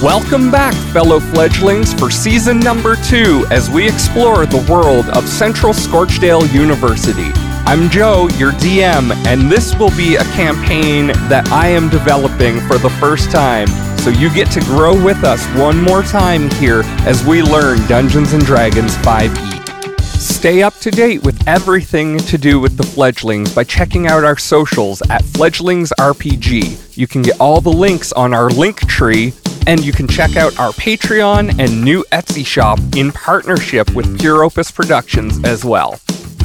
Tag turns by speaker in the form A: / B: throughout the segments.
A: Welcome back, fellow fledglings, for season number two as we explore the world of Central Scorchdale University. I'm Joe, your DM, and this will be a campaign that I am developing for the first time. So you get to grow with us one more time here as we learn Dungeons and Dragons E. 5e. Stay up to date with everything to do with the fledglings by checking out our socials at Fledglings RPG. You can get all the links on our link tree, and you can check out our Patreon and new Etsy shop in partnership with Pure Opus Productions as well.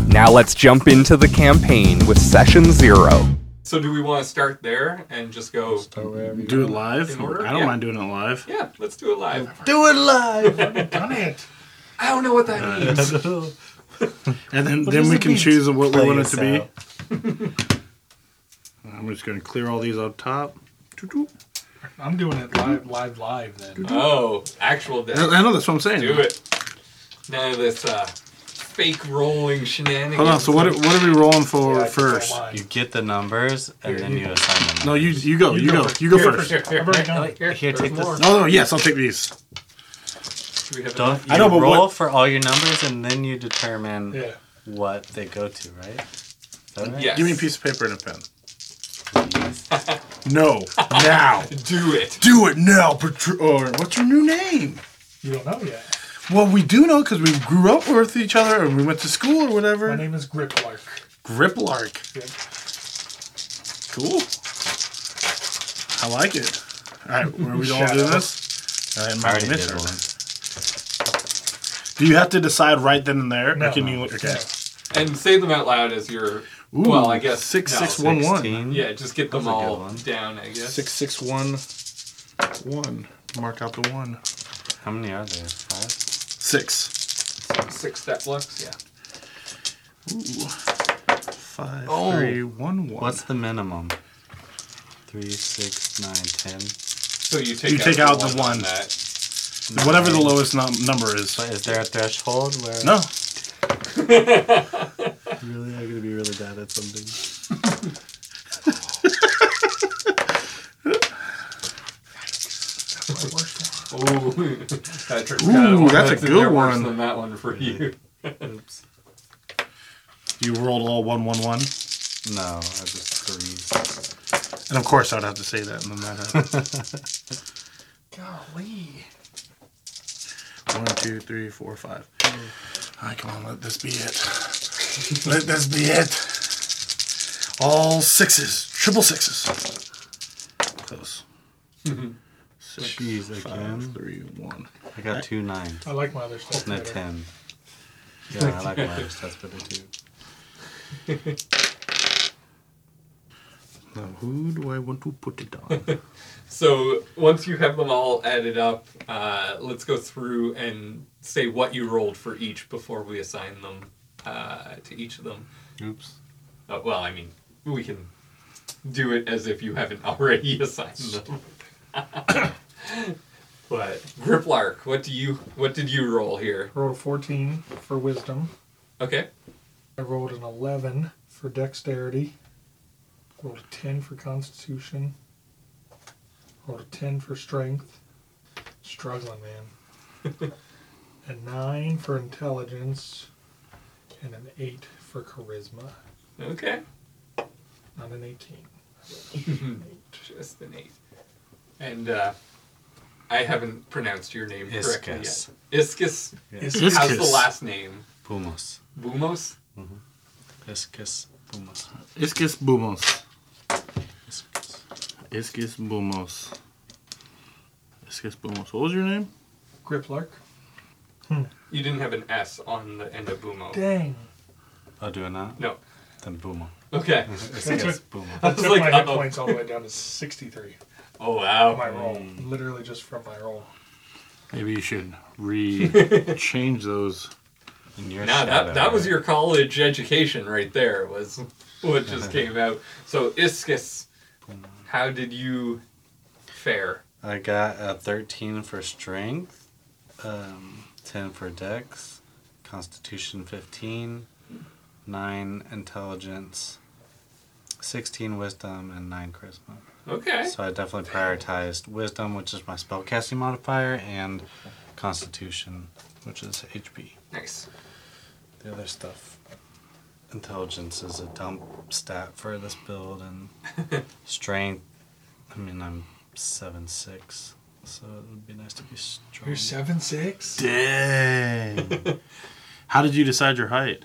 A: Now let's jump into the campaign with session zero. So do we want to start there and just go?
B: Do it live?
A: In order?
B: I don't
A: Yeah.
B: mind doing it live.
A: Yeah, let's do it live.
C: Do it live. Done it.
A: I don't know what that means.
B: And then,
C: does
B: then we
C: it
B: can
C: mean
B: choose what we
C: play
B: want it
C: us
B: to be.
C: out?
B: I'm just going to clear all these up top. Doo-doo.
D: I'm doing it live, live, live. Then
A: Oh, actual
B: I I know, that's what I'm saying.
A: Do it. None of this uh, fake rolling shenanigans.
B: Hold on, so what, what are we rolling for
D: Yeah, I can
B: first?
D: roll mine.
C: You get the numbers and then you assign them.
B: No, you you go, you, go.
D: first.
B: You go
D: Here,
B: first.
D: here, here, I've already done it.
C: Here,
D: There's
C: take this.
D: more.
B: Oh, no, yes, I'll take these.
A: Do we have
C: Don't
A: enough?
C: you
B: I know, but
C: roll
B: what-
C: for all your numbers and then you determine
D: Yeah.
C: what they go to, right? Is that right?
A: Yes.
B: Give me a piece of paper and a pen. No, now.
A: Do it.
B: Do it now, Patr- or what's your new name?
D: You don't know yet.
B: Well, we do know because we grew up with each other and we went to school or
D: My
B: whatever.
D: name is Griplark.
B: Griplark. Cool. I like it. All right, where are we all
D: Shadow.
B: doing this? All right,
C: I
B: my
C: already did
B: midterm.
C: one.
B: Do you have to decide right then and there?
D: No.
B: or can you? Okay.
A: And say them out loud as you're.
B: Ooh,
A: well, I guess
B: six
A: no.
B: six one one.
C: 16.
A: Yeah, just get them
C: That was a good
A: all
C: one.
A: down. I guess.
B: Six six one one. Mark out the one.
C: How many are there? Five?
B: Six
A: Six step looks. Yeah.
B: five three one one.
A: Oh.
C: What's the minimum? Three, six, nine, ten.
A: So you take
B: You
A: out
B: take
A: the
B: out the
A: one,
B: one.
A: On that.
B: Whatever the lowest num- number is.
C: But is there a threshold where
B: No.
C: really I'm gonna be really bad at something?
A: Ooh, that turns
B: Ooh,
A: out one
B: that's a
A: in
B: good
A: there worse
B: one.
A: Than that one for you.
C: Oops.
B: You rolled all one one one,
C: No, I just three.
B: and of course I'd have to say that, and then that happens.
A: Golly.
B: One, two, three, four, five. All right, come on, let this be it. let this be it. All sixes, triple sixes. Close. Six,
C: Jeez, again.
B: five, three, one.
C: I got two nines.
D: I like my other stuff.
C: No,
D: better.
C: ten. Yeah, I like my other stats better too.
B: Now, who do I want to put it on?
A: So once you have them all added up, uh, let's go through and say what you rolled for each before we assign them uh, to each of them.
C: Oops.
A: Uh, well, I mean, we can do it as if you haven't already assigned them. but Griplark, what do you what did you roll here?
D: I rolled a 14 for wisdom.
A: Okay.
D: I rolled an 11 for dexterity. Rolled a 10 for constitution. Rolled a 10 for strength. Struggling, man. a 9 for intelligence. And an 8 for charisma.
A: Okay.
D: Not an 18.
A: Just an eight. And uh, I haven't pronounced your name correctly
C: Iscus.
A: yet. Iscus.
C: Yes.
A: How's the
B: Iscus.
A: last name?
C: Pumos.
A: Bumos?
C: Iscus. Pumos.
B: Iscus Bumos.
C: Iscus.
B: Iscus Bumos. Iscus Bumos. What was your name?
D: Griplark.
A: You didn't have an S on the end of Bumo.
D: Dang.
C: Oh, do I not?
A: No.
C: Then Pumo.
A: Okay.
C: Iscus Pumo.
D: I
A: It's
D: took
A: like,
D: my hit
A: uh-oh.
D: points all the way down to 63
A: Oh
D: on my
A: wow.
D: roll. Literally just from my roll.
B: Maybe you should re change those.
C: And your
A: Now
C: shadow,
A: that that was
C: right?
A: your college education right there was what just came out. So Iscus, how did you fare?
C: I got a 13 for strength, um, 10 for dex, constitution 15, 9 intelligence, 16 wisdom, and 9 charisma.
A: Okay.
C: So I definitely prioritized wisdom, which is my spellcasting modifier, and constitution, which is HP.
A: Nice.
C: The other stuff, intelligence is a dump stat for this build, and strength. I mean, I'm seven six, so it would be nice to be strong.
D: You're seven six.
B: Dang. How did you decide your height?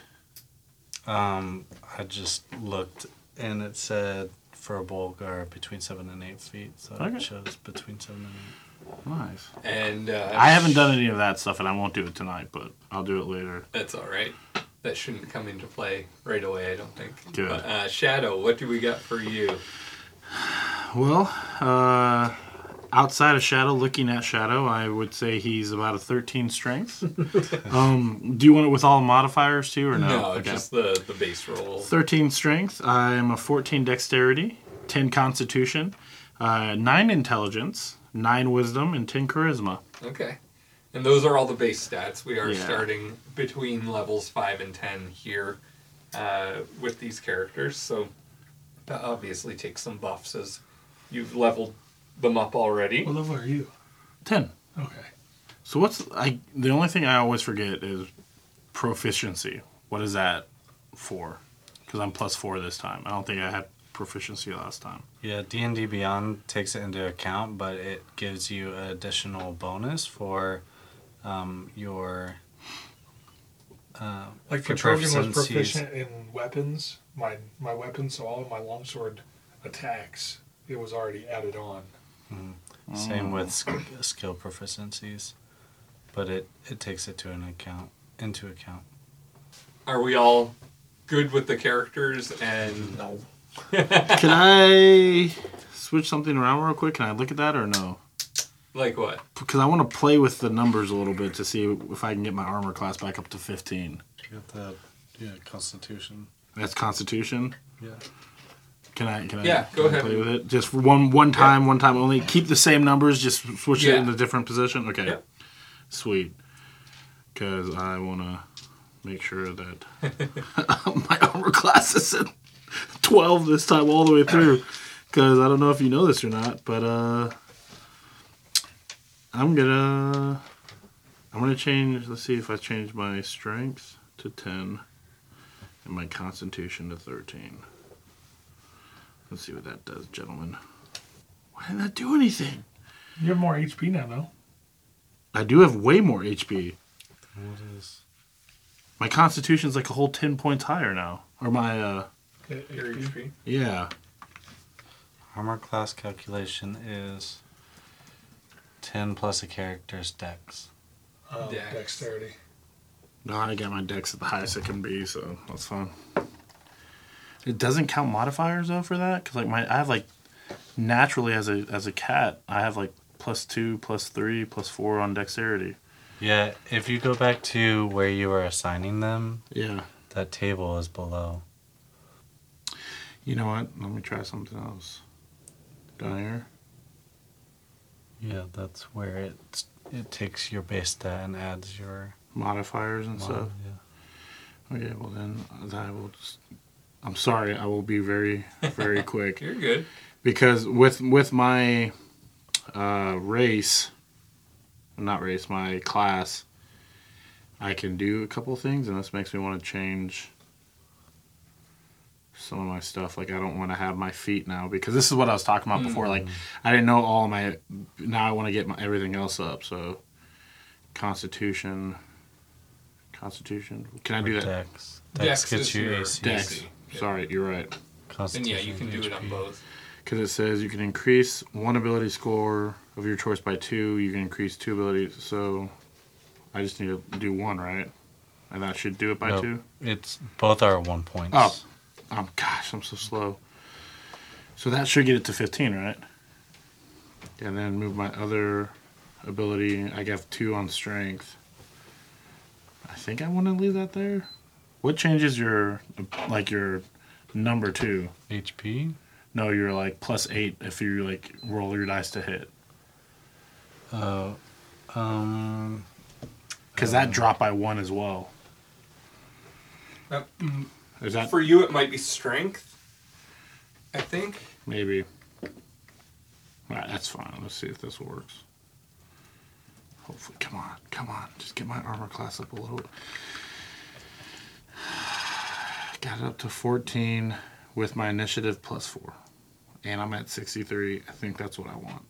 C: Um, I just looked, and it said for a Bulgar between seven and eight feet, so I
B: Okay.
C: chose between seven and eight.
B: Nice.
A: And uh,
B: I haven't done any of that stuff, and I won't do it tonight, but I'll do it later.
A: That's all right. That shouldn't come into play right away, I don't think.
B: Good.
A: But, uh, Shadow, what do we got for you?
B: Well, uh, outside of Shadow, looking at Shadow, I would say he's about a 13 strength. um, do you want it with all modifiers too, or no? Okay.
A: just the, the base roll.
B: 13 strength. I'm a 14 dexterity, 10 constitution, uh, 9 intelligence, 9 wisdom, and 10 charisma.
A: Okay. And those are all the base stats. We are
B: Yeah.
A: starting between levels 5 and 10 here uh, with these characters. So that obviously takes some buffs as you've leveled them up already.
D: What level are you?
B: 10.
D: Okay.
B: So what's I the only thing I always forget is proficiency. What is that for? Because I'm plus four this time. I don't think I had proficiency last time.
C: Yeah, D and D Beyond takes it into account, but it gives you an additional bonus for um, your uh,
D: Like
C: for
D: the Trojan was
C: proficiencies.
D: proficient in weapons. My my weapons, so all of my longsword attacks, it was already added on.
C: Same with sk- skill proficiencies, but it, it takes it to an account into account.
A: Are we all good with the characters? And no.
B: Can I switch something around real quick? Can I look at that or no?
A: like what?
B: Because I want to play with the numbers a little bit to see if I can get my armor class back up to 15.
C: You got the yeah Constitution.
B: That's Constitution.
C: Yeah.
B: Can I? Can I?
A: Yeah, go
B: can I
A: ahead.
B: Play with it. Just for one one time, one time only. Keep the same numbers. Just switch
A: Yeah.
B: it in a different position. Okay.
A: Yep.
B: Sweet. Because I want to make sure that my armor class is at twelve this time, all the way through. Because I don't know if you know this or not, but uh, I'm gonna I'm gonna change. Let's see if I change my strength to ten and my constitution to thirteen. Let's see what that does, gentlemen. Why didn't that do anything?
D: You have more HP now, though.
B: I do have way more HP.
C: What is
B: My constitution's like a whole 10 points higher now. Or my, uh,
A: Your HP?
B: yeah.
C: armor class calculation is ten plus a character's dex.
D: Um,
A: Dex.
D: Dexterity.
B: No, I got my dex at the highest it can be, so that's fine. It doesn't count modifiers though for that, because like my I have like naturally as a as a cat I have like plus two, plus three, plus four on dexterity.
C: Yeah, if you go back to where you were assigning them,
B: Yeah.
C: that table is below.
B: You know what? Let me try something else. Down here.
C: Yeah, that's where it it takes your base stat and adds your
B: Modifiers and stuff.
C: mod, yeah.
B: Okay, well then I will just. I'm sorry. I will be very very quick
A: You're good.
B: because with with my uh, race, not race, my class, I can do a couple things, and this makes me want to change some of my stuff. Like I don't want to have my feet now because this is what I was talking about before. Like I didn't know all my. Now I want to get my, everything else up. So, Constitution. Constitution. Can I do
C: Or
B: that?
C: dex. Dex, gets
A: is
C: you
A: your
C: AC.
B: Dex.
A: Yeah.
B: Sorry, you're right.
A: And yeah,
C: Constitution
A: you can do it on
C: HP.
A: both.
B: Because it says you can increase one ability score of your choice by two. You can increase two abilities. So I just need to do one, right? And that should do it by
C: Nope.
B: two.
C: It's both are one points.
B: Oh. Oh gosh, I'm so slow. So that should get it to 15, right? And then move my other ability. I have two on strength. I think I want to leave that there. What changes your like your number two?
C: HP.
B: No, you're like plus eight if you like roll your dice to hit.
C: Oh. Um.
B: Because that dropped by one as well.
A: Yep.
B: Is that
A: For you, it might be strength, I think.
B: maybe? All right, that's fine. Let's see if this works. Hopefully, come on, come on, just get my armor class up a little bit. Got it up to 14 with my initiative plus four, and I'm at 63. I think that's what I want.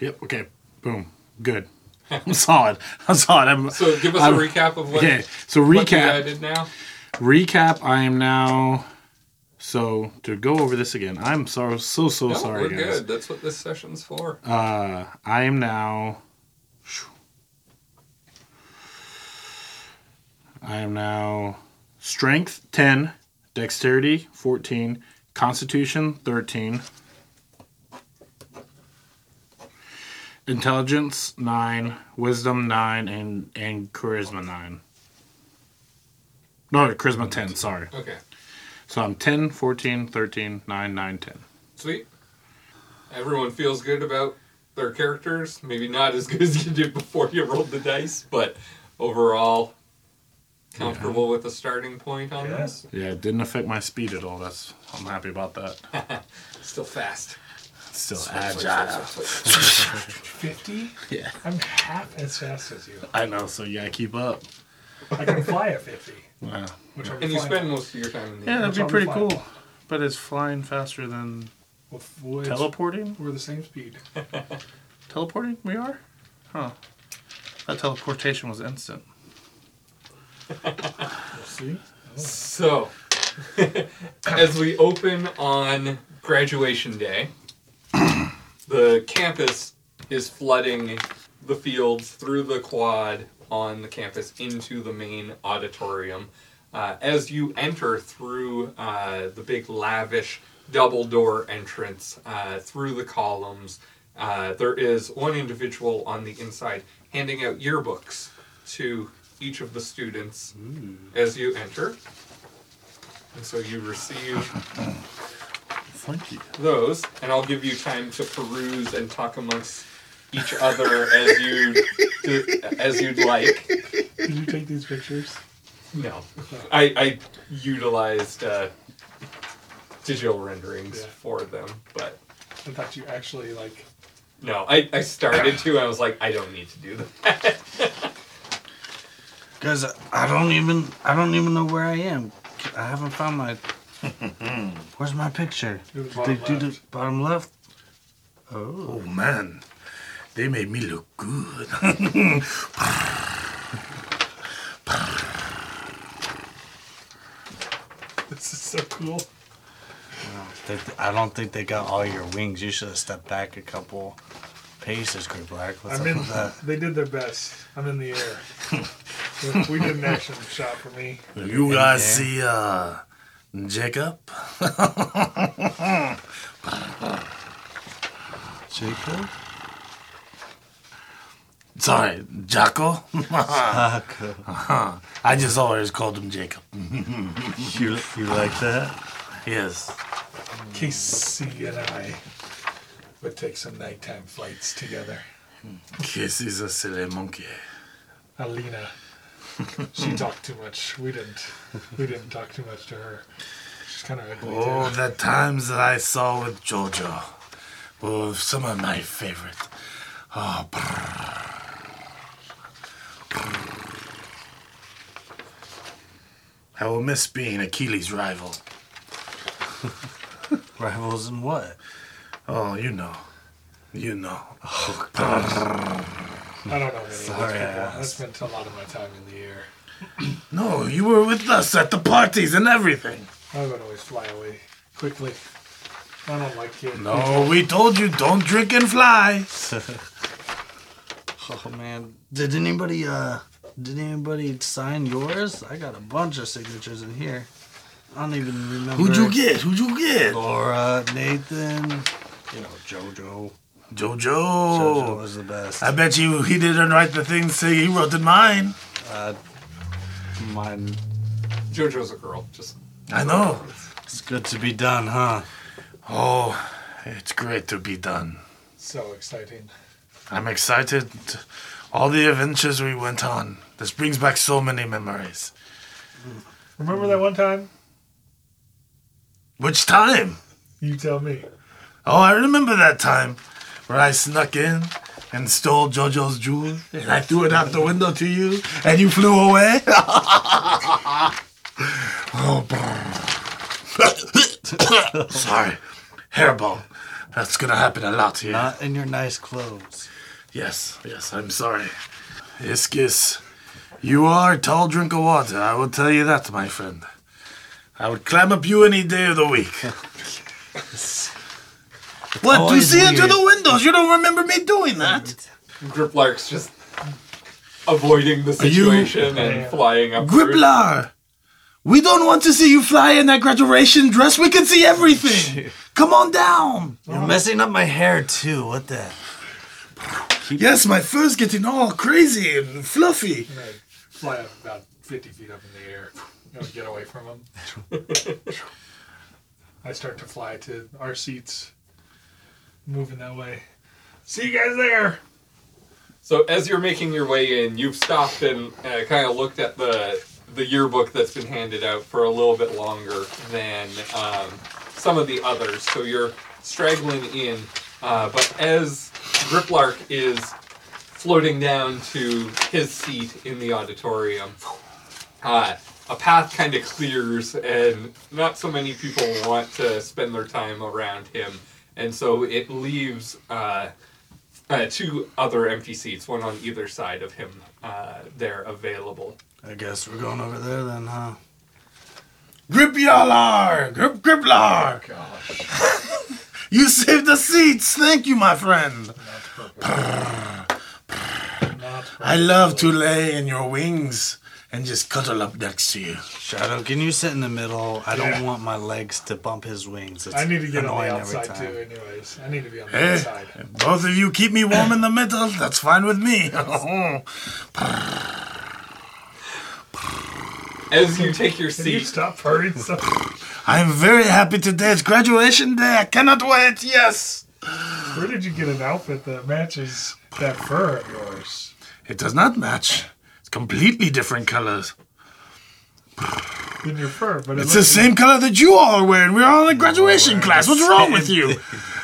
B: Yep. Okay. Boom. Good. I'm solid. I'm solid. I'm,
A: So give us
B: I'm-
A: a recap of what,
B: Okay. So
A: what the guy
B: recap
A: did now.
B: recap i am now so to go over this again i'm so so so
A: no,
B: Oh, sorry
A: we're
B: guys
A: good. That's what this session's for.
B: uh i am now i am now strength 10 dexterity 14 constitution 13 intelligence 9 wisdom 9 and and charisma 9 no charisma 10 sorry
A: Okay.
B: so I'm 10, 14, 13, 9, 9, 10.
A: Sweet. Everyone feels good about their characters. Maybe not as good as you did before you rolled the dice, but overall comfortable with the starting point on this.
B: Yeah, it didn't affect my speed at all. That's I'm happy about that.
A: Still fast.
B: Still
D: Fifty?
B: Yeah.
D: I'm half as fast as you.
B: I know, so you gotta keep up.
D: I can fly at fifty,
B: Yeah,
D: which I'm
A: And you
D: flying
A: spend most of your time in the
B: yeah
A: air.
B: that'd be
D: I'll be
B: pretty
D: fine.
B: cool. But it's flying faster than
D: with- with-
B: teleporting?
D: We're the same speed.
B: Teleporting? We are? Huh. That teleportation was instant.
D: See?
A: So, as we open on graduation day, the campus is flooding the fields through the quad on the campus into the main auditorium. Uh, as you enter through uh, the big lavish double door entrance uh, through the columns, uh, there is one individual on the inside handing out yearbooks to each of the students as you enter. And so you receive
B: Thank you.
A: those, and I'll give you time to peruse and talk amongst each other as you as you'd like.
D: Did you take these pictures?
A: No, I, I utilized uh, digital renderings
D: Yeah.
A: for them, but
D: I thought you actually like
A: no, I, I started to. I was like, I don't need to do that.
C: Guys, I don't even I don't even know where I am. I haven't found my. Where's my picture?
D: It was
C: Did do
D: bottom left.
C: bottom left? Oh,
B: man, they made me look good.
D: this is so cool.
C: They- I don't think they got all your wings. You should have stepped back a couple paces, Great Black. What's
D: I'm
C: up
D: in.
C: with that?
D: They did their best. I'm in the air. we did an action shot for me.
B: you guys see uh Jacob?
C: Jacob?
B: Sorry, Jocko?
C: Taco.
B: I just always called him Jacob.
C: You, you like that?
B: Yes.
D: Casey and I would take some nighttime flights together.
B: Kiss is a silly monkey.
D: Alina. She talked too much. We didn't. We didn't talk too much to her. She's kind of ugly.
B: Oh,
D: too.
B: the times that I saw with Jojo. Oh, some of my favorite. Oh, I will miss being Achilles' rival.
C: Rivals in what?
B: Oh, you know. You know.
C: Oh,
D: I don't know. Really.
C: Sorry, I
D: I
C: asked.
D: spent a lot of my time in the air.
B: No, you were with us at the parties and everything.
D: I would always fly away quickly. I don't like kids.
B: No, Oh, we told you don't drink and fly.
C: Oh man, did anybody uh did anybody sign yours? I got a bunch of signatures in here. I don't even remember.
B: Who'd you get? Who'd you
C: Oh,
B: get?
C: Laura, Nathan, you know JoJo. JoJo
B: Jojo.
C: was the best.
B: I bet you he didn't write the thing say he wrote in mine.
C: uh, mine.
A: JoJo's a girl. Just
B: I know.
C: It's good to be done, huh?
B: Oh, it's great to be done.
D: So exciting.
B: I'm excited. All the adventures we went on. This brings back so many memories.
D: Remember that one time?
B: Which time?
D: You tell me.
B: Oh, I remember that time.
E: where I snuck in and stole JoJo's jewel and I threw it out the window to you and you flew away? oh, brr. sorry. Hairball. That's gonna happen a lot here.
C: Not in your nice clothes.
E: Yes, yes, I'm sorry. Iskis, you are a tall drink of water, I will tell you that, my friend. I would climb up you any day of the week. what? You
C: always
E: see into
C: weird.
E: the windows. You don't remember me doing that.
A: Griplark's just avoiding the
E: you-
A: situation and flying up. through.
E: Griplar, we don't want to see you fly in that graduation dress. We can see everything. Come on down.
C: You're messing up my hair too. What the?
E: Yes, my fur's getting all crazy and fluffy.
D: And I fly up about 50 feet up in the air. You know, get away from them. I start to fly to our seats, moving that way. See you guys there!
A: So as you're making your way in, you've stopped and uh, kind of looked at the the yearbook that's been handed out for a little bit longer than um, some of the others. So you're straggling in, uh, but as Griplark is floating down to his seat in the auditorium, uh, a path kind of clears, and not so many people want to spend their time around him, and so it leaves. Uh, uh, two other empty seats, one on either side of him, uh, there available.
C: I guess we're going over there then, huh?
E: Grip Yalar! Grip Griplar! you saved the seats! Thank you, my friend!
D: Not
E: I love to lay in your wings and just cuddle up next to you.
C: Shadow, can you sit in the middle? I
D: Yeah.
C: don't want my legs to bump his wings. It's
D: I need to get on
C: annoying
D: the
C: every
D: outside
C: time.
D: too, anyways. I need to be on the
E: Eh?
D: outside.
E: Both of you keep me warm in the middle, that's fine with me.
A: As you take your
D: Can you
A: seat,
D: stop purring? Stop.
E: I'm very happy today. It's graduation day. I cannot wait, yes!
D: Where did you get an outfit that matches that fur of yours?
E: It does not match. It's completely different colors.
D: In your fur, but it looks
E: It's the same color that you all are wearing. We're all in a graduation class. What's wrong with you?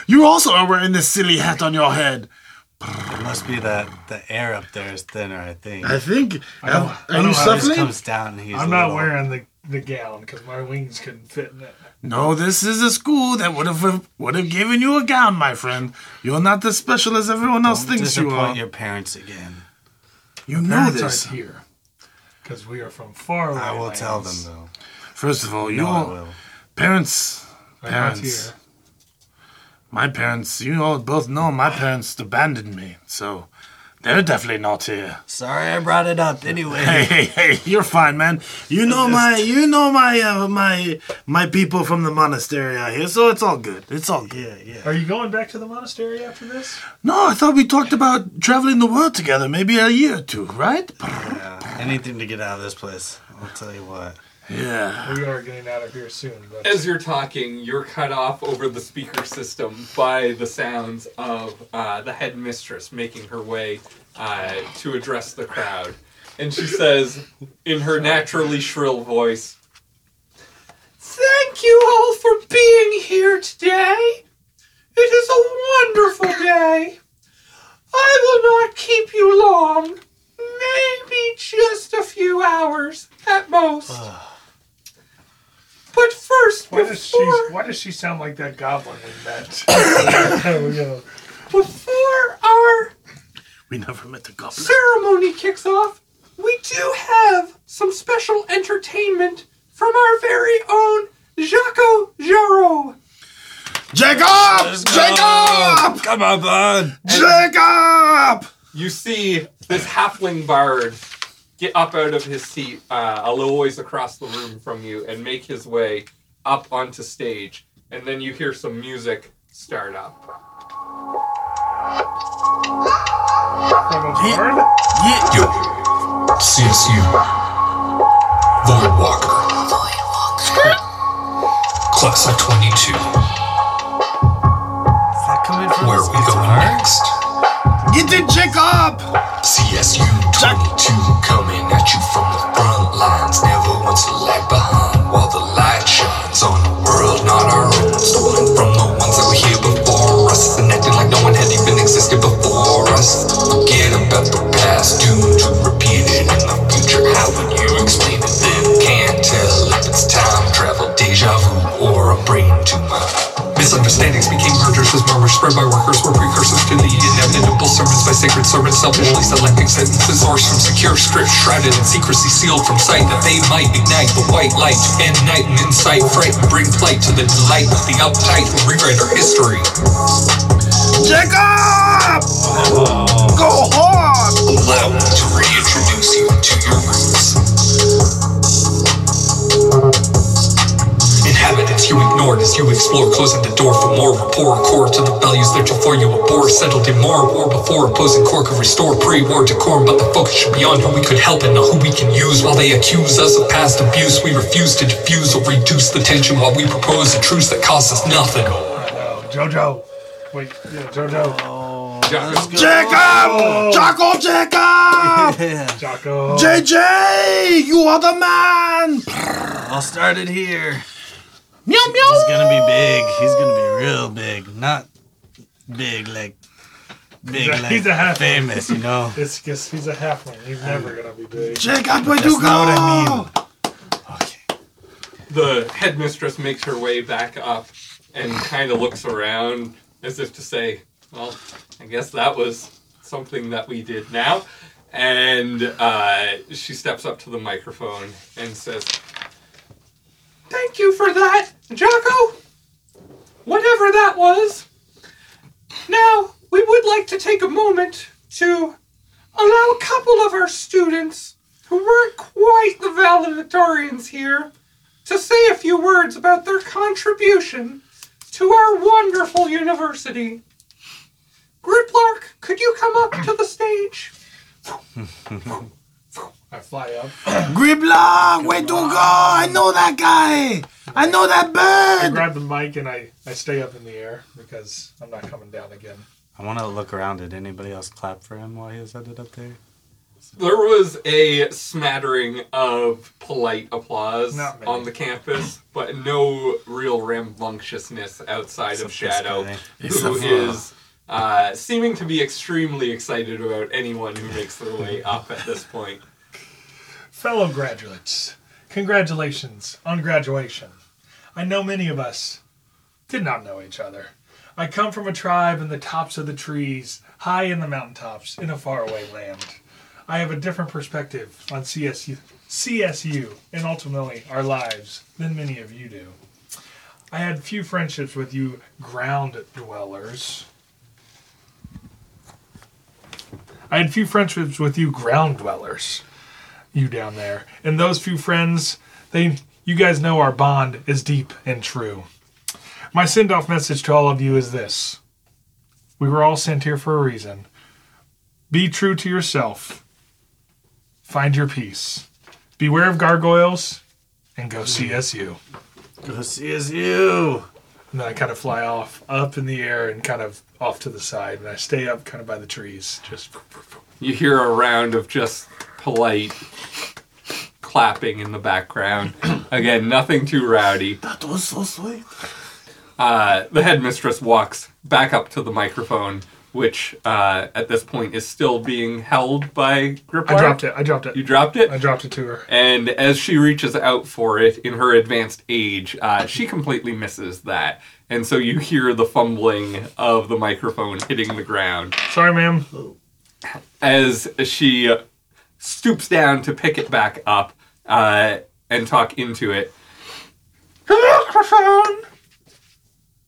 E: You also are wearing this silly hat on your head.
C: It must be that the air up there is thinner, I think.
E: I think.
D: don't-
E: Are-
D: I
E: are
D: don't
C: It
D: have-
E: you
C: just
E: suffering?
C: comes down and he's
D: I'm not
C: little.
D: wearing the, the gown because my wings couldn't fit in it.
E: No, this is a school that would have would have given you a gown, my friend. You're not as special as everyone else
C: Don't
E: thinks you are.
D: uh,
C: disappoint your parents again.
E: You know
D: Parents
E: this.
D: aren't here because we are from far away.
C: I will tell them
D: lands.
C: though.
E: First of all, you
C: No, I
E: all,
C: will.
E: parents,
D: They're not
E: parents.
D: here.
E: my parents, you all both know my parents abandoned me, so they're definitely not here.
C: Sorry, I brought it up anyway.
E: Hey, hey, hey! You're fine, man. You know my, you know my, uh, my, my people from the monastery out here, so it's all good. It's all good.
C: Yeah, yeah.
D: Are you going back to the monastery after this?
E: No, I thought we talked about traveling the world together, maybe a year or two, right?
C: yeah. Anything to get out of this place. I'll tell you what.
E: Yeah.
D: We are getting out of here soon, but
A: as you're talking, you're cut off over the speaker system by the sounds of uh, the headmistress making her way uh, to address the crowd. And she says, in her naturally shrill voice, Thank you all for being here today. It is a wonderful day. I will not keep you long. Maybe just a few hours at most. But first,
D: Ah. why does she?
A: before,
D: Why does she sound like that goblin we met? Oh, yeah.
A: before our
E: We never met the goblin.
A: ceremony kicks off, we do have some special entertainment from our very own Jaco Jaro.
E: Jacob! Jacob!
C: Come on, bud.
E: Jacob!
A: you see this halfling bard get up out of his seat uh, a little ways across the room from you and make his way up onto stage and then you hear some music start up
D: From a
E: Yeah.
D: barn?
E: Yeah.
F: You. CSU. Void Walker. Class of 22.
C: Is that coming from
F: Where
C: his
F: are we going
C: guitar?
F: next?
E: Get it, Jacob!
F: CSU 22 coming at you from the front lines. Never once lag behind while the light shines on a world not our own. Stolen from the ones that were here before us and acting like no one had even of the past doomed to repeat it in the future. How would you explain it then? Can't tell if it's time travel, deja vu, or a brain tumor. Misunderstandings became murders as murmurs spread by workers were precursors to the inevitable servants by sacred servants, selfishly selecting sentences sourced from secure scripts, shrouded in secrecy, sealed from sight, that they might ignite the white light to end night and insight, fright and bring flight to the delight of the uptight who rewrite our history.
B: Jacob! Go hard!
F: Allow me to reintroduce you to your roots. Inhabitants you ignored as you explore, closing the door for more rapport, core to the values that before you abhor, settled in more war before opposing core could restore pre-war decorum, but the focus should be on who we could help and not who we can use. While they accuse us of past abuse, we refuse to diffuse or reduce the tension while we propose a truce that costs us nothing.
D: Oh, Jojo. Wait, yeah, Jojo.
A: Jocko.
B: Jacob! Jocko Jacob!
D: Jocko.
B: JJ! You are the man!
C: All started here.
B: Meow
C: He's gonna be big. He's gonna be real big. Not big like big
D: He's a-
C: like
D: he's a half-
C: famous, you know.
D: It's just, he's a halfling. He's never gonna be big.
B: Jacob, where
C: That's
B: you go?
C: not what I mean. Okay.
A: The headmistress makes her way back up and kind of looks around as if to say, well, I guess that was something that we did now. And uh, she steps up to the microphone and says, Thank you for that, Jocko! Whatever that was. Now, we would like to take a moment to allow a couple of our students who weren't quite the valedictorians here to say a few words about their contribution to our wonderful university. Gridlark, could you come up to the stage?
D: I fly up.
B: Gribla, where to go? I know that guy. I know that
D: I
B: bird.
D: grab the mic and I, I stay up in the air because I'm not coming down again.
C: I want to look around. Did anybody else clap for him while he was headed up there?
A: There was a smattering of polite applause
D: Not many.
A: on the campus, but no real rambunctiousness outside of
C: Except
A: Shadow,
C: this guy.
A: who is uh, seeming to be extremely excited about anyone who makes their way up at this point.
D: Fellow graduates, congratulations on graduation. I know many of us did not know each other. I come from a tribe in the tops of the trees, high in the mountaintops, in a faraway land. I have a different perspective on CSU, CSU and ultimately our lives than many of you do. I had few friendships with you ground dwellers. I had few friendships with you ground dwellers you down there. And those few friends, they you guys know our bond is deep and true. My send-off message to all of you is this. We were all sent here for a reason. Be true to yourself. Find your peace. Beware of gargoyles and go CSU.
C: Go see us you.
D: And then I kind of fly off up in the air and kind of off to the side and I stay up kind of by the trees just
A: You hear a round of just polite clapping in the background. Again, nothing too rowdy.
B: That was so sweet.
A: Uh, the headmistress walks back up to the microphone, which uh, at this point is still being held by Griplar.
D: I dropped it. I dropped
A: You
D: it.
A: dropped it?
D: I dropped it to her.
A: And as she reaches out for it in her advanced age, uh, she completely misses that. And so you hear the fumbling of the microphone hitting the ground
D: Sorry, ma'am.
A: as she stoops down to pick it back up uh, and talk into it.
G: The microphone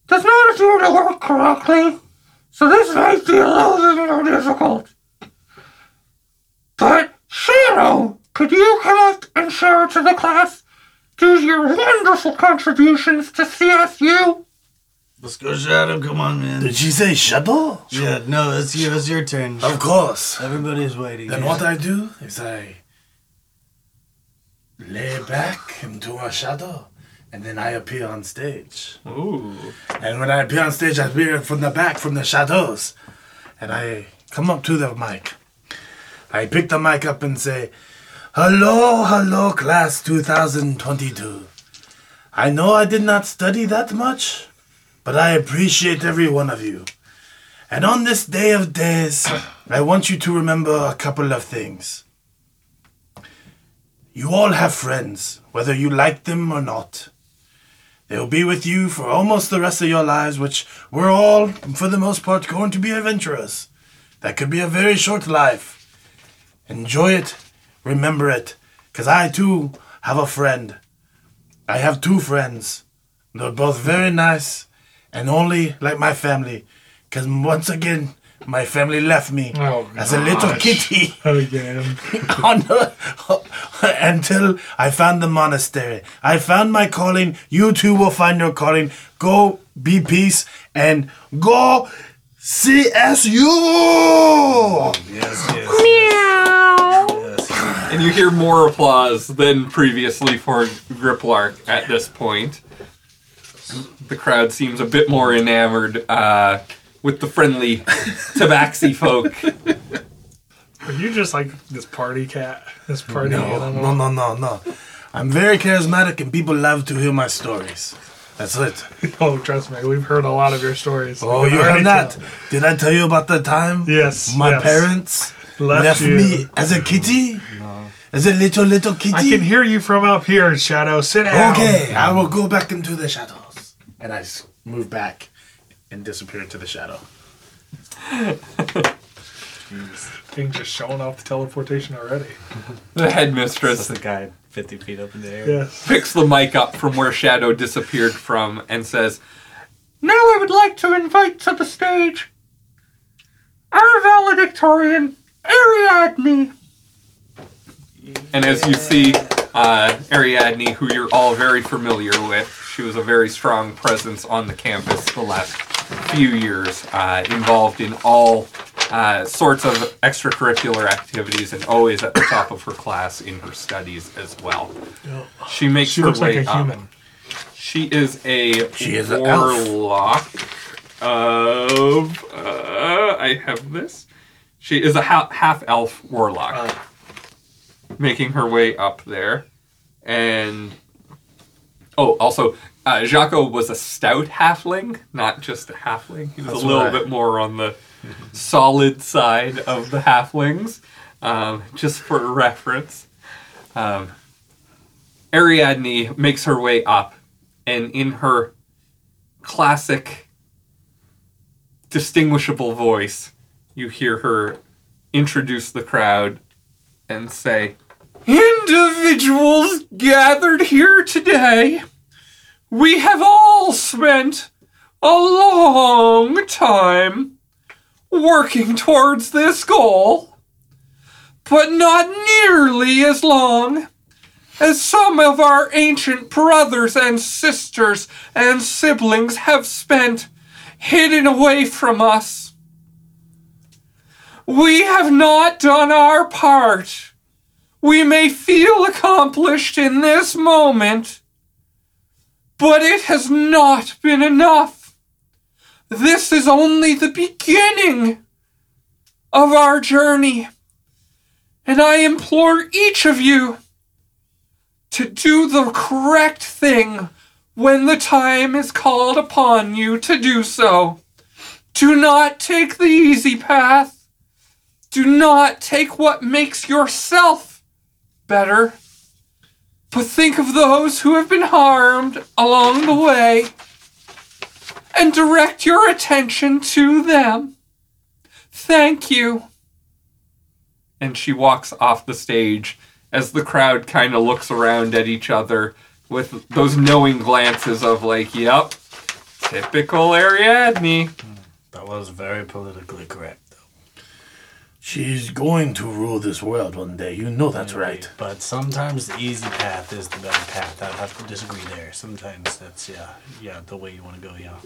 G: does not appear to work correctly, so this makes the illusion more difficult. But, Shadow, could you collect and share to the class due to your wonderful contributions to CSU?
C: Let's go, Shadow. Come on, man.
B: Did she say shadow?
C: yeah, no, it's you. It's your turn.
B: Of course.
C: Everybody's waiting.
B: Then what I do is I lay back into a shadow, and then I appear on stage.
A: Ooh.
B: And when I appear on stage, I appear from the back, from the shadows. And I come up to the mic. I pick the mic up and say, Hello, hello, class 2022. I know I did not study that much, but I appreciate every one of you. And on this day of days,
E: I want you to remember a couple of things. You all have friends, whether you like them or not. They'll be with you for almost the rest of your lives, which we're all, for the most part, going to be adventurers. That could be a very short life. Enjoy it, remember it, because I too have a friend. I have two friends. They're both very nice and only like my family, because once again, my family left me
D: Oh,
E: as a little kitty
D: Again.
E: on the, until I found the monastery. I found my calling. You too will find your calling. Go be peace and go CSU.
C: Yes, yes. yes, yes.
A: And you hear more applause than previously for Griplark at this point. The crowd seems a bit more enamored uh, with the friendly Tabaxi folk.
D: Are you just like this party cat? This party animal?
E: No, no, no, no. I'm very charismatic and people love to hear my stories. That's it.
D: Oh, trust me, we've heard a lot of your stories.
E: Oh,
D: We can
E: you
D: already
E: heard that?
D: tell.
E: Did I tell you about the time?
D: Yes,
E: My
D: yes.
E: parents
D: Left
E: left,
D: you.
E: me as a kitty? As a little, little kitty?
D: I can hear you from up here, Shadow. Sit down.
E: Okay, I will go back into the shadows. And I s- move back and disappear into the shadow.
D: Thing just showing off the teleportation already.
A: The
C: That's
A: headmistress
C: the guy 50 feet up in the air.
D: Yes.
A: picks the mic up from where Shadow disappeared from and says,
H: Now I would like to invite to the stage our valedictorian, Ariadne.
A: and as you see uh, Ariadne, who you're all very familiar with, she was a very strong presence on the campus the last few years, uh, involved in all uh, sorts of extracurricular activities and always at the top of her class in her studies as well. She makes
D: She
A: her
D: looks like
A: way
D: a
A: up.
D: human.
A: She is a
E: She is a elf.
A: warlock of. Uh, I have this. She is a half elf warlock, making her way up there, and oh, also. Uh, Jaco was a stout halfling, not just a halfling. He was
E: That's
A: a little
E: right.
A: bit more on the solid side of the halflings, um, just for reference. Um, Ariadne makes her way up, and in her classic, distinguishable voice, you hear her introduce the crowd and say, Individuals gathered here today, we have all spent a long time working towards this goal, but not nearly as long as some of our ancient brothers and sisters and siblings have spent hidden away from us. We have not done our part. We may feel accomplished in this moment, but it has not been enough. This is only the beginning of our journey, and I implore each of you to do the correct thing when the time is called upon you to do so. Do not take the easy path. Do not take what makes yourself better. But think of those who have been harmed along the way and direct your attention to them. Thank you and she walks off the stage as the crowd kind of looks around at each other with those knowing glances of like, "Yep, typical Ariadne."
C: That was very politically correct, though.
E: She's going to rule this world one day. You know that's right.
C: But sometimes the easy path is the better path. I'd have to disagree there. Sometimes that's, yeah, yeah, the way you want to go, yeah.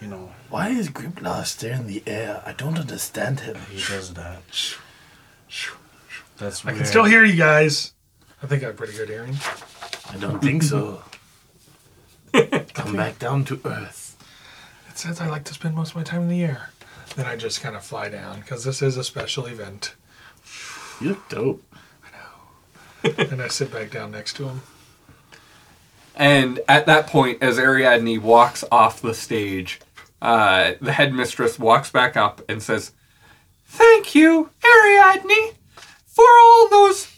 C: You know,
E: Why is Griplar staring in the air? I don't understand him.
C: he does that. That's
D: I
C: weird.
D: can still hear you guys. I think I have pretty good hearing.
E: I don't think so. Come back down to earth.
D: It says I like to spend most of my time in the air. Then I just kind of fly down because this is a special event.
E: You look dope.
D: and I sit back down next to him.
A: And at that point, as Ariadne walks off the stage, uh, the headmistress walks back up and says,
G: Thank you, Ariadne, for all those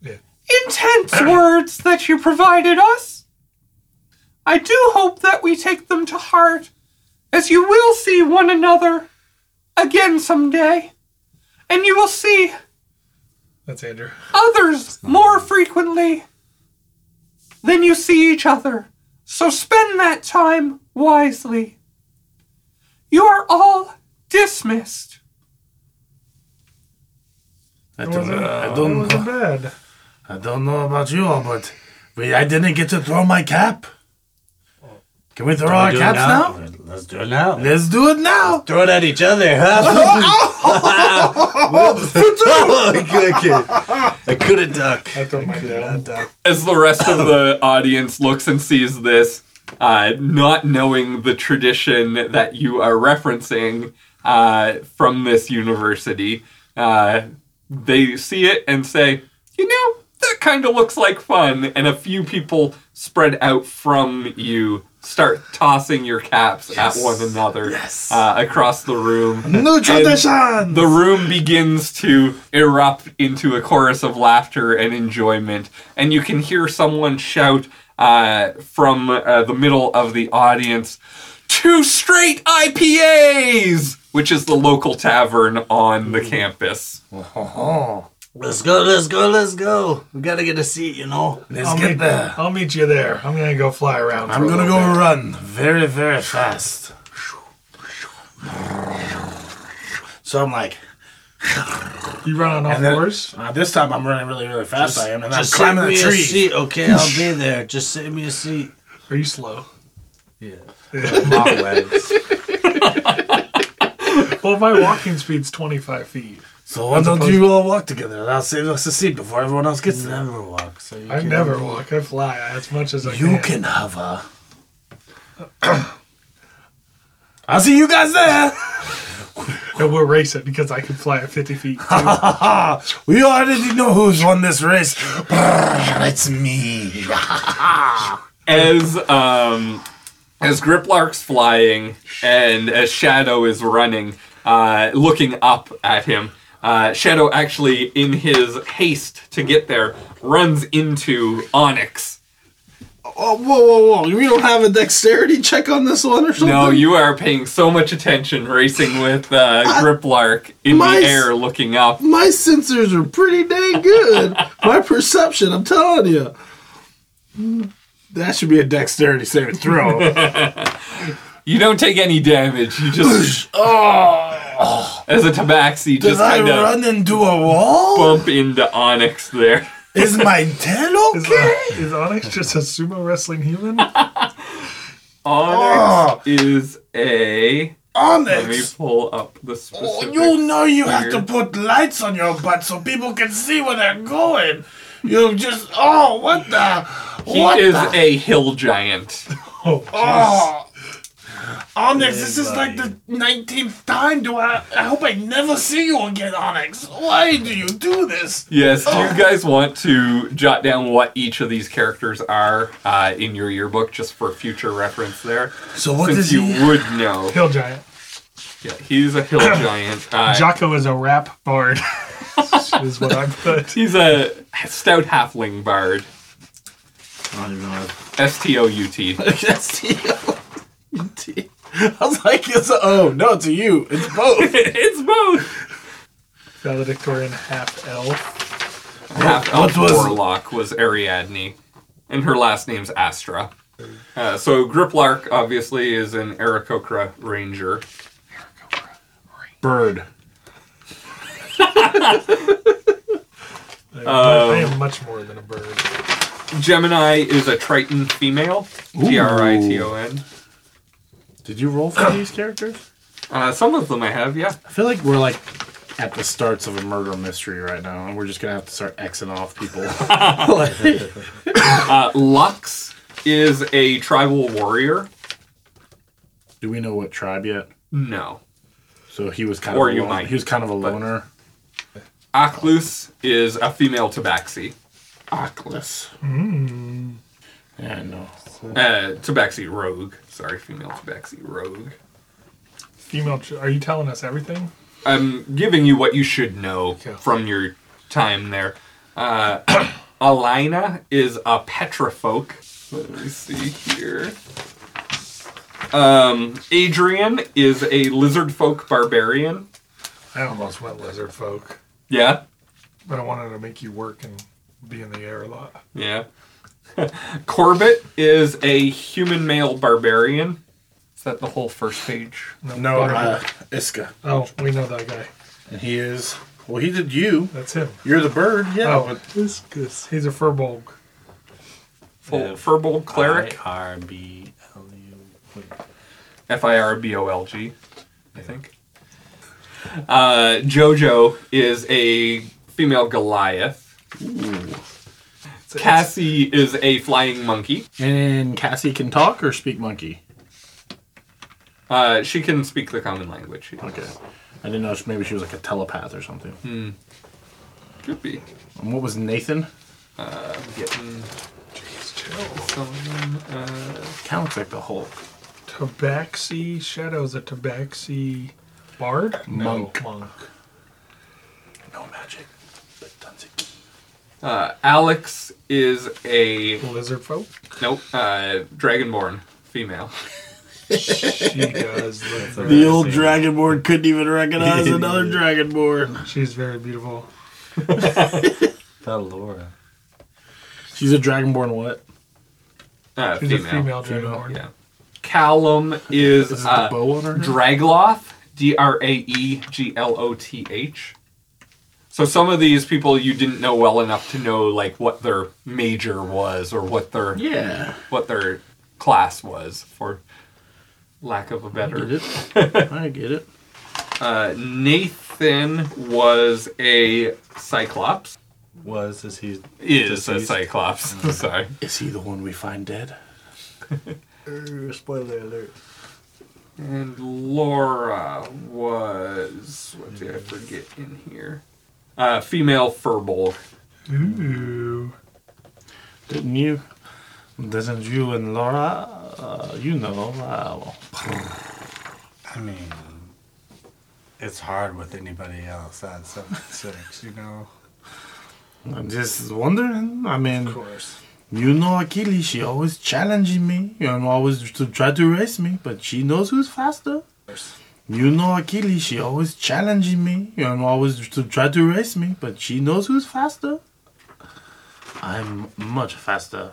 D: Yeah.
G: intense words that you provided us. I do hope that we take them to heart, as you will see one another again someday, and you will see
D: That's Andrew.
G: others more frequently than you see each other. So spend that time wisely. You are all dismissed.
B: I
D: It
B: don't,
D: wasn't,
B: I
D: it
B: don't,
D: wasn't bad.
B: I don't know about you all, but we, I didn't get to throw my cap. Can we throw our
C: Do it
B: caps now?
C: Let's do it now.
B: Let's do it now.
C: Throw it at each other, huh? Good kid. I couldn't duck.
D: I throw mine down.
A: As the rest of the audience looks and sees this, uh, not knowing the tradition that you are referencing uh, from this university, uh, they see it and say, you know, that kind of looks like fun. And a few people spread out from you start tossing your caps at one another uh, across the room.
B: New tradition.
A: The room begins to erupt into a chorus of laughter and enjoyment, and you can hear someone shout uh, from uh, the middle of the audience, Two straight IPAs! Which is the local tavern on the campus.
B: Oh,
C: Let's go, let's go, let's go. We gotta get a seat, you know.
B: let's
D: I'll
B: get
D: meet,
B: there.
D: I'll meet you there. I'm gonna go fly around. for
B: I'm
D: a
B: gonna go
D: little bit.
B: run very, very fast. So I'm like,
D: You run on all
B: and then-
D: fours.
B: uh, this time I'm running really, really fast. I am, and I'm
C: Just
B: climbing a
C: save me
B: tree.
C: a seat, okay? I'll be there. Just save me a seat.
D: Are you slow?
C: Yeah.
D: Well, my walking speed's 25 feet.
B: So why don't you all walk together? and I'll save us a seat before everyone else gets there.
C: Never walk. So you
D: I
C: can-
D: never walk. I fly as much as I
B: You can hover. I'll see you guys there.
D: And we're racing because I can fly at 50 feet. too.
B: We already know who's won this race. Brrr, it's me.
A: as um as Griplark's flying and as Shadow is running, uh, looking up at him, uh, Shadow actually, in his haste to get there, runs into Onyx.
E: Oh, whoa, whoa, whoa! We don't have a dexterity check on this one or something.
A: No, you are paying so much attention racing with uh, Griplark in
E: my
A: the
E: s-
A: air, looking up.
E: My sensors are pretty dang good. My perception, I'm telling you.
B: That should be a dexterity saving throw.
A: You don't take any damage. You just, as a tabaxi,
B: Did
A: just
B: I
A: kind of
B: run into a wall?
A: bump into Onyx there.
B: Is my tail
D: Is,
B: okay?
D: is Onyx just a sumo wrestling human?
B: Ah.
A: Onyx is a Let me
B: Onyx.
A: pull up the
B: Oh,
A: specific.
B: you know you have to
A: here.
B: put lights on your butt so people can see where they're going. You just oh what the
A: he
B: what
A: is
B: the-
A: a hill giant.
B: Oh, Onyx, this is like the nineteenth time. Do I? I hope I never see you again, Onyx. Why do you do this?
A: Yes. Do
B: Oh.
A: you guys want to jot down what each of these characters are uh, in your yearbook, just for future reference? There,
B: So what
A: since you would know.
D: Hill giant.
A: Yeah, he's a hill giant. Uh,
D: Jocko is a rap bard. is what I put.
A: he's a stout halfling bard.
C: I don't even know.
A: S T O U T.
E: That's the T. I was like, it's a, oh, no, it's a U. It's both.
A: It's both.
D: Valedictorian half elf.
A: Half elf
B: was-
A: warlock was Ariadne, and her last name's Astra. Uh, so Griplark obviously is an Aarakocra ranger.
B: Bird.
D: I
B: Um,
D: am much more than a bird.
A: Gemini is a Triton female. T R I T O N.
B: Did you roll for these characters?
A: Uh, some of them I have, yeah.
B: I feel like we're like at the starts of a murder mystery right now, and we're just gonna have to start xing off people.
A: Uh, Lux is a tribal warrior.
B: do we know what tribe yet?
A: No.
B: So he was kind
A: Or
B: of a
A: you
B: lone-
A: might.
B: he was kind of a loner.
A: Aclus is a female tabaxi.
B: Ockless. Yeah, I know.
A: Uh, tabaxi rogue. Sorry, female tabaxi rogue.
D: Female. Tr- are you telling us everything?
A: I'm giving you what you should know
D: Okay.
A: from your time there. Uh, Alina is a petrofolk. Let me see here. Um, Adrian is a lizard folk barbarian.
D: I almost went lizard folk,
A: Yeah,
D: but I wanted to make you work and be in the air a lot.
A: yeah. Corbett is a human male barbarian. Is that the whole first page?
B: No, uh, Iska.
D: Oh, we know that guy.
B: And he is. Well, he did you.
D: That's him.
B: You're the bird. Yeah.
D: Oh, He's a furbolg.
A: Full
C: Yeah.
A: Firbolg cleric.
C: I R B L U. Wait.
A: F I R B O L G, I think. Uh, Jojo is a female Goliath. Cassie is a flying monkey.
E: And Cassie can talk or speak monkey.
A: Uh, she can speak the common language. She
E: Okay. I didn't know. if Maybe she was like a telepath or something.
A: could be.
E: And what was Nathan?
A: Getting
E: Kind of looks like the Hulk.
D: Tabaxi Shadows, a Tabaxi bard?
E: Monk.
D: No, monk.
E: No magic, but tons of key.
A: uh, Alex is a
D: Lizard folk?
A: nope. Uh, dragonborn female.
D: She does. look very-
E: The old dragonborn couldn't even recognize another dragonborn.
D: She's very beautiful.
C: That Laura.
E: She's a dragonborn what?
A: Uh,
D: She's
A: female.
D: a female dragonborn.
A: Yeah. Callum is,
E: Is
A: uh,
E: the bow on her?
A: Dragloth, D R A E G L O T H. So some of these people you didn't know well enough to know like what their major was or what their
E: yeah.
A: what their class was for lack of a
E: I get
A: better.
E: it. I get it.
A: Uh, Nathan was a cyclops.
C: Was is he?
A: Is a cyclops. Sorry.
E: Is he the one we find dead?
C: Uh, spoiler alert.
A: And Laura was what did I forget in here? Uh, female furball.
D: Ooh.
E: Didn't you? Doesn't you and Laura? Uh, you know. Uh,
C: I mean, it's hard with anybody else at seven six. You know.
E: I'm just wondering. I mean,
C: course.
E: you know Achilles. She always challenging me. You know, always to try to race me, but she knows who's faster. You know Achilles. She always challenging me. You know, always to try to race me, but she knows who's faster. I'm much faster.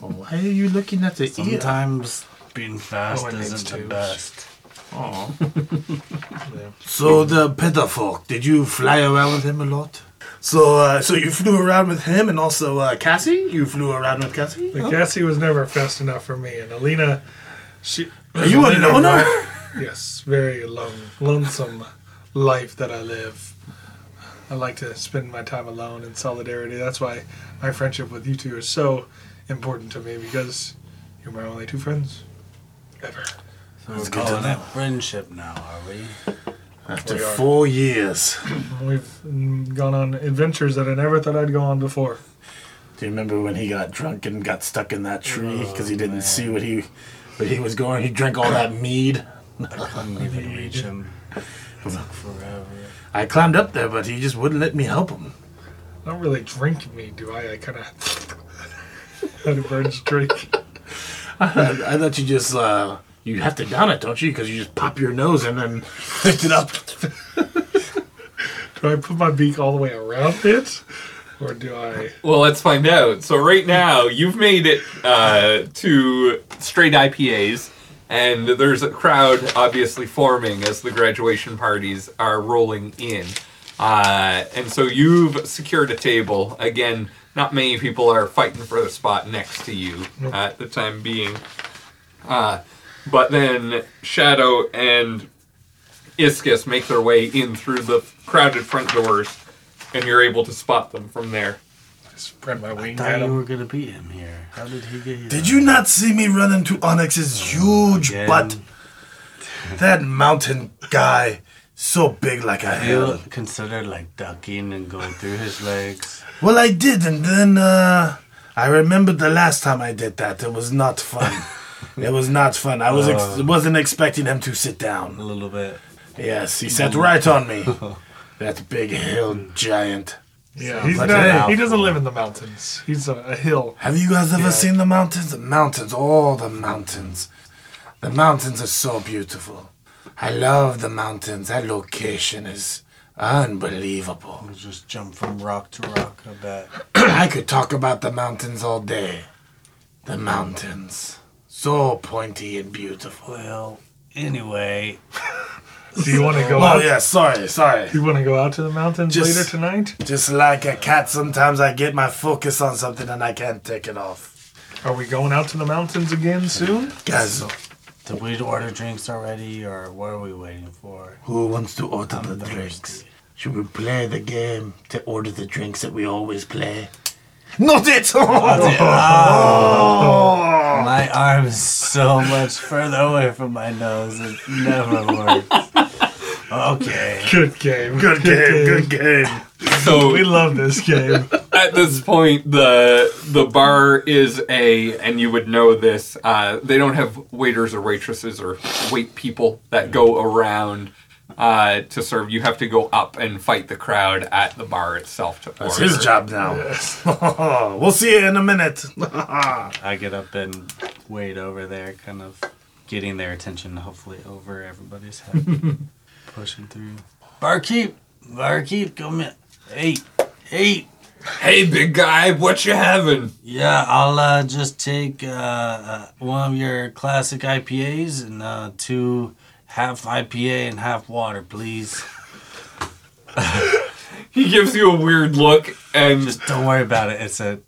E: Why are you looking at the ear?
C: Sometimes being fast
D: Oh, it needs
C: isn't the
D: to.
C: best.
E: Aw.
D: Yeah.
E: So the Pedofolk, did you fly around with him a lot? So, uh, so you flew around with him, and also uh, Cassie. You flew around with Cassie.
D: But Cassie was never fast enough for me, and Alina, she.
E: Are you a
D: Alina
E: loner?
D: Yes, very lone, lonesome life that I live. I like to spend my time alone in solidarity. That's why my friendship with you two is so important to me because you're my only two friends ever.
C: So we're calling it friendship now, are we?
E: After four years,
D: We've mm, gone on adventures that I never thought I'd go on before.
E: do you remember when he got drunk and got stuck in that tree
C: Oh,
E: because he didn't see what he, where he was going? He drank all that mead.
C: I couldn't even reach him. It took forever.
E: I climbed up there, but he just wouldn't let me help him.
D: I don't really drink me, do I? I kind of had a bird's drink.
E: I, I thought you just uh, you have to down it, don't you? Because you just pop your nose and then lift it up.
D: Do I put my beak all the way around it, or do I?
A: Well, let's find out. So right now, you've made it uh, to straight IPAs, and there's a crowd obviously forming as the graduation parties are rolling in. Uh, and so you've secured a table. Again, not many people are fighting for the spot next to you at the time being. Uh, but then Shadow and Iscus make their way in through the crowded front doors, and you're able to spot them from there.
D: Spread my wings
C: Thought
D: at
C: you
D: him.
C: were gonna beat him here. How did he get here?
E: Did you not see me run into Onyx's huge
C: Again.
E: butt? That mountain guy, so big like a
C: You
E: hill.
C: consider like ducking and going through his legs?
E: Well, I did, and then uh, I remembered the last time I did that. It was not Uh. fun. it was not fun. I was ex- wasn't expecting him to sit
C: A
E: down.
C: little bit.
E: Yes, he sat right on me. that big hill giant.
D: Yeah, he's
E: like a
D: not,
E: mouthful.
D: he doesn't live in the mountains. He's a, a hill.
E: Have you guys ever
D: Yeah.
E: seen the mountains? The mountains, all the mountains. The mountains are so beautiful. I love the mountains. That location is unbelievable.
I: We'll just jump from rock to rock, I bet.
E: I could talk about the mountains all day. The mountains. So pointy and beautiful.
I: Well, anyway,
D: Do you want to go?
E: Oh,
D: out?
E: yeah, sorry, sorry.
D: You want to go out to the mountains
E: Just-
D: later tonight?
E: Just like a cat, sometimes I get my focus on something and I can't take it off.
D: Are we going out to the mountains again soon?
E: Guys,
I: did we order drinks already, or what are we waiting for?
E: who wants to order the drinks? Should we play the game to order the drinks that we always play? Not it!
I: My arm is so much further away from my nose, it never works. Okay.
D: Good game.
E: good game, good game.
A: So
D: We love this game.
A: at this point, the the bar is a, and you would know this. Uh, they don't have waiters or waitresses or wait people that go around uh, to serve. You have to go up and fight the crowd at the bar itself to order.
E: It's his job now. Oh, we'll see you in a minute.
C: I get up and wait over there, kind of getting their attention, hopefully over everybody's head. Pushing through.
I: Barkeep, barkeep, come in. Hey, hey.
A: Hey, big guy, what you having?
I: Yeah, I'll uh, just take uh, uh, one of your classic IPAs and uh, two half IPA and half water, please.
A: He gives you a weird look and
I: Just don't worry about it. It's a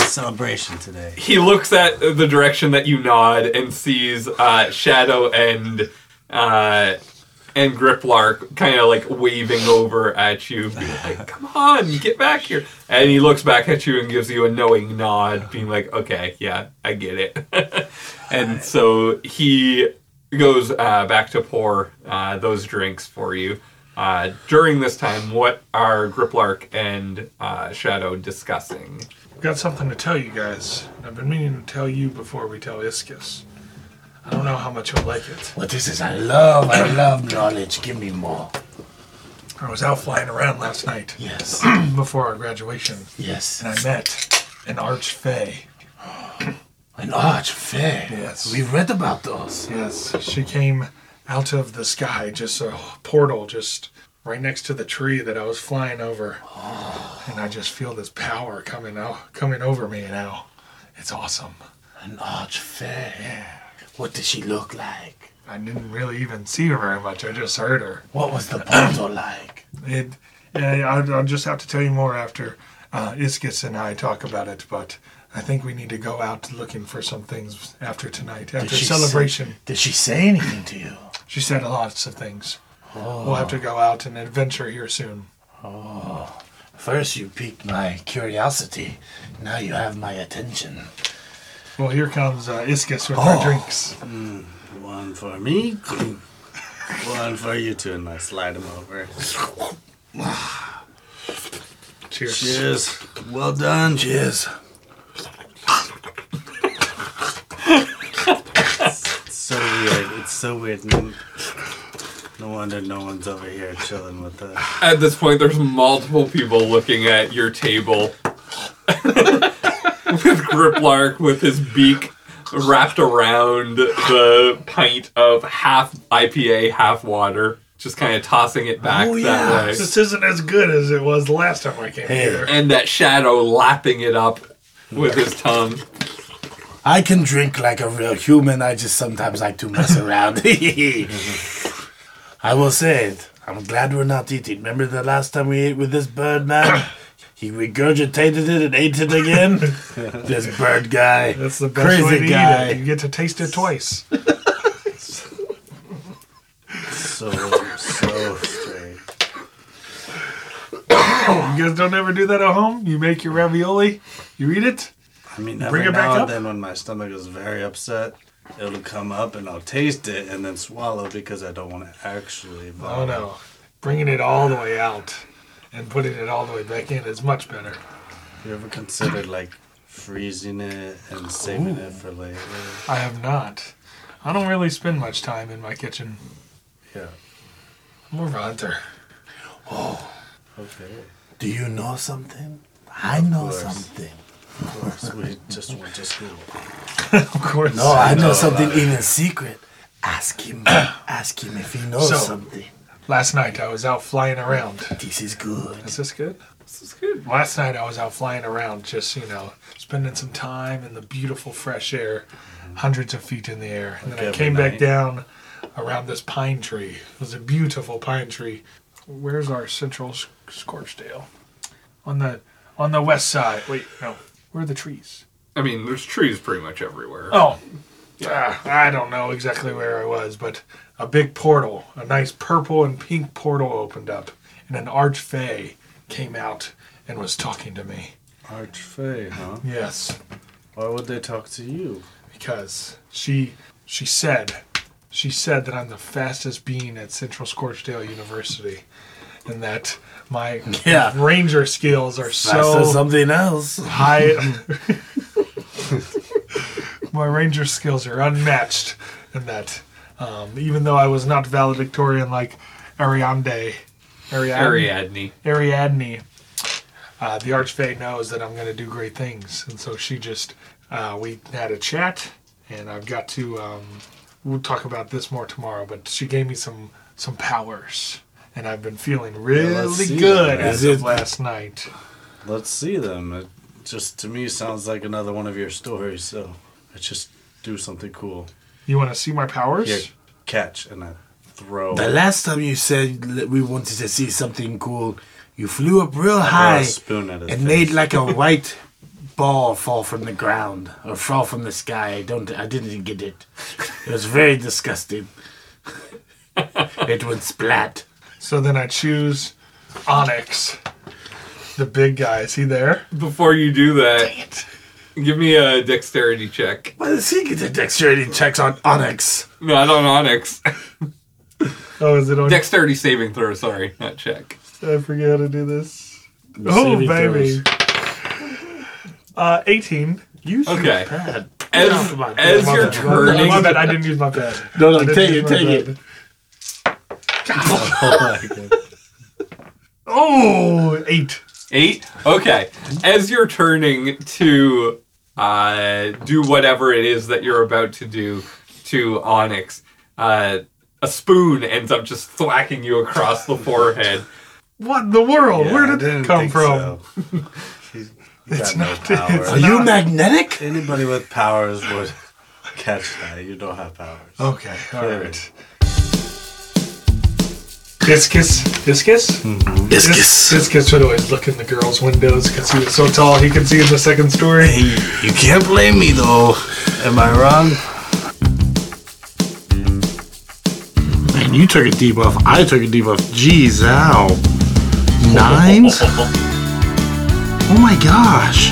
I: celebration today.
A: he looks at the direction that you nod and sees uh, Shadow and uh, and Griplark kind of like waving over at you, being like, "Come on, get back here!" And he looks back at you and gives you a knowing nod, being like, "Okay, yeah, I get it." and so he goes uh, back to pour uh, those drinks for you. Uh, during this time, what are Griplark and uh, Shadow discussing?
D: I've got something to tell you guys. I've been meaning to tell you before we tell Iskis. I don't know how much you'll like it.
E: What is this? I love, I love knowledge. Give me more.
D: I was out flying around last night
E: Yes,
D: before our graduation,
E: yes.
D: and I met an archfey.
E: An arch fair.
D: Yes.
E: We read about those.
D: Yes, she came out of the sky, just a portal, just right next to the tree that I was flying over,
E: Oh.
D: and I just feel this power coming out, coming over me now. It's awesome.
E: An arch fair. What did she look like?
D: I didn't really even see her very much. I just heard her.
E: What was the portal like?
D: It. Yeah, I'll, I'll just have to tell you more after uh, Iskis and I talk about it. But I think we need to go out looking for some things after tonight, after
E: she
D: celebration.
E: Did she say anything to you?
D: She said lots of things. We'll have to go out and adventure here soon.
E: First, you piqued my curiosity. Now you have my attention.
D: Well, here comes uh, Iskis with
E: Oh.
D: our drinks.
C: One for me, one for you two, and I slide them over.
D: Cheers.
C: Cheers. Well done.
E: Cheers.
C: So weird. It's so weird. No no wonder no one's over here chilling with us.
A: At this point, there's multiple people looking at your table with Griplark with his beak wrapped around the pint of half IPA, half water, just kind of tossing it back that way.
D: This isn't as good as it was the last time I came here.
A: And that shadow lapping it up with his tongue.
E: I can drink like a real human. I just sometimes like to mess around. I will say it. I'm glad we're not eating. Remember the last time we ate with this bird man? he regurgitated it and ate it again. this bird guy.
D: That's the best way to eat it. You get to taste it twice.
C: So so straight.
D: You guys don't ever do that at home? You make your ravioli, you eat it.
C: I mean, every
D: Bring it back
C: now
D: up.
C: and then when my stomach is very upset, it'll come up and I'll taste it and then swallow because I don't want to actually.
D: Oh
C: vomit.
D: no. Bringing it all the way out and putting it all the way back in is much better.
C: You ever considered like freezing it and saving it for later?
D: I have not. I don't really spend much time in my kitchen.
C: Yeah.
D: More Hunter.
C: Okay.
E: Do you know something? I know
C: course.
E: something.
C: Of course, we just went to school.
D: Of course.
E: No, I know
D: No,
E: something even secret. Ask him. ask him if he knows
D: So-
E: something.
D: Last night I was out flying around.
E: This is good.
D: Is this good?
A: This is good.
D: Last night I was out flying around, just, you know, spending some time in the beautiful fresh air, hundreds of feet in the air. And then I
C: every
D: came back
C: night.
D: down around this pine tree. It was a beautiful pine tree. Where's our central S- Scorchdale? On the on the west side. Wait, no. Where are the trees?
A: I mean, there's trees pretty much everywhere.
D: Oh, Ah, I don't know exactly where I was, but a big portal, a nice purple and pink portal opened up, and an archfey came out and was talking to me.
C: Archfey, huh?
D: Yes,
C: Why would they talk to you?
D: because she she said she said that I'm the fastest being at Central Scorchdale University, and that my
E: Yeah.
D: ranger skills are
E: So
D: so
E: something else.
D: I my ranger skills are unmatched in that. Um, even though I was not valedictorian like Ariande, Ariadne,
A: Ariadne.
D: Ariadne, uh, the Archfey knows that I'm going to do great things, and so she just uh, we had a chat, and I've got to. Um, we'll talk about this more tomorrow, but she gave me some some powers, and I've been feeling really
C: see
D: good
C: that.
D: as
E: Is
D: of
E: it-
D: last night.
C: Let's see them. It just to me sounds like another one of your stories. So let's just do something cool.
D: You want to see my powers?
C: Here, catch and I throw.
E: The last time you said that we wanted to see something cool, you flew up real
C: throw
E: high
C: a spoon at his
E: and
C: face.
E: made like a white ball fall from the ground or fall from the sky. I don't. I didn't get it. It was very disgusting. it went splat.
D: So then I choose Onyx. The big guy. Is he there?
A: Before you do that, give me a dexterity check.
E: Why does he get the dexterity checks on Onyx?
A: Not on Onyx.
D: Oh, is it on?
A: dexterity saving throw, sorry, not check.
D: I forget how to do this.
C: The
D: Oh,
C: saving
D: baby.
C: throws.
D: Uh, 18.
E: You should
A: Okay.
E: pad.
A: As,
E: come on,
A: as
D: My
A: you're
D: bad. My
A: turning,
D: bad. I didn't use my pad.
E: No,
D: I
E: no,
D: didn't
E: take
D: use
E: it,
D: my
E: take it.
D: pad.
C: Oh my God.
D: Oh, eight.
A: eight? Okay. As you're turning to uh, do whatever it is that you're about to do to Onyx, uh, a spoon ends up just thwacking you across the forehead.
D: What in the world?
C: Yeah,
D: Where
C: I
D: did
C: didn't
D: that come
C: think
D: from?
C: so. He's
D: It's
C: got no
D: not-
C: power.
D: it's
E: Are you magnetic?
C: Anybody with powers would catch that. You don't have powers.
D: Okay, all right. Discus. Discus?
C: Hmm.
E: Discus.
D: Discus would always look in the girls' windows because he was so tall he could see in the second story.
J: You can't blame me though.
C: Am I wrong?
E: Man, you took a debuff. I took a debuff. Jeez, ow. Nines? Oh my gosh.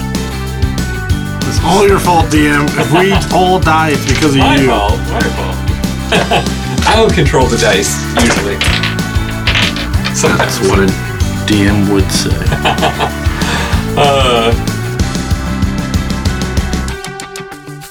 E: It's all your fault, DM. If we all die, it's because of
A: My
E: you.
A: fault. My fault. I don't control the dice usually. Sometimes
J: What a DM would say.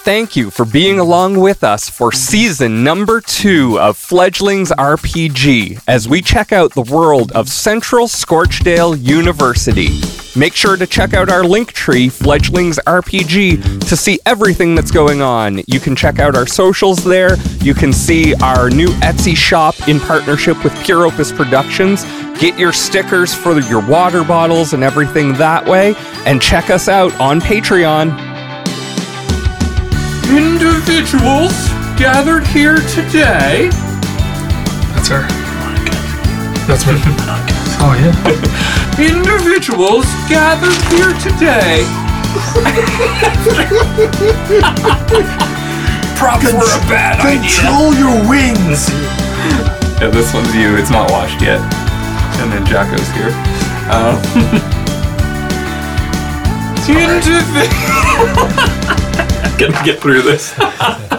F: Thank you for being along with us for season number two of Fledglings RPG as we check out the world of Central Scorchdale University. Make sure to check out our link tree, Fledglings RPG, to see everything that's going on. You can check out our socials there. You can see our new Etsy shop in partnership with Pure Opus Productions. Get your stickers for your water bottles and everything that way. And check us out on Patreon.
A: individuals gathered here today
D: That's her. That's me. oh yeah.
A: individuals gathered here today. Props were a bad
E: Control your wings.
A: Yeah, this one's you. It's not washed yet. And then Jocko's here. Um, Indivi- Gonna get through this.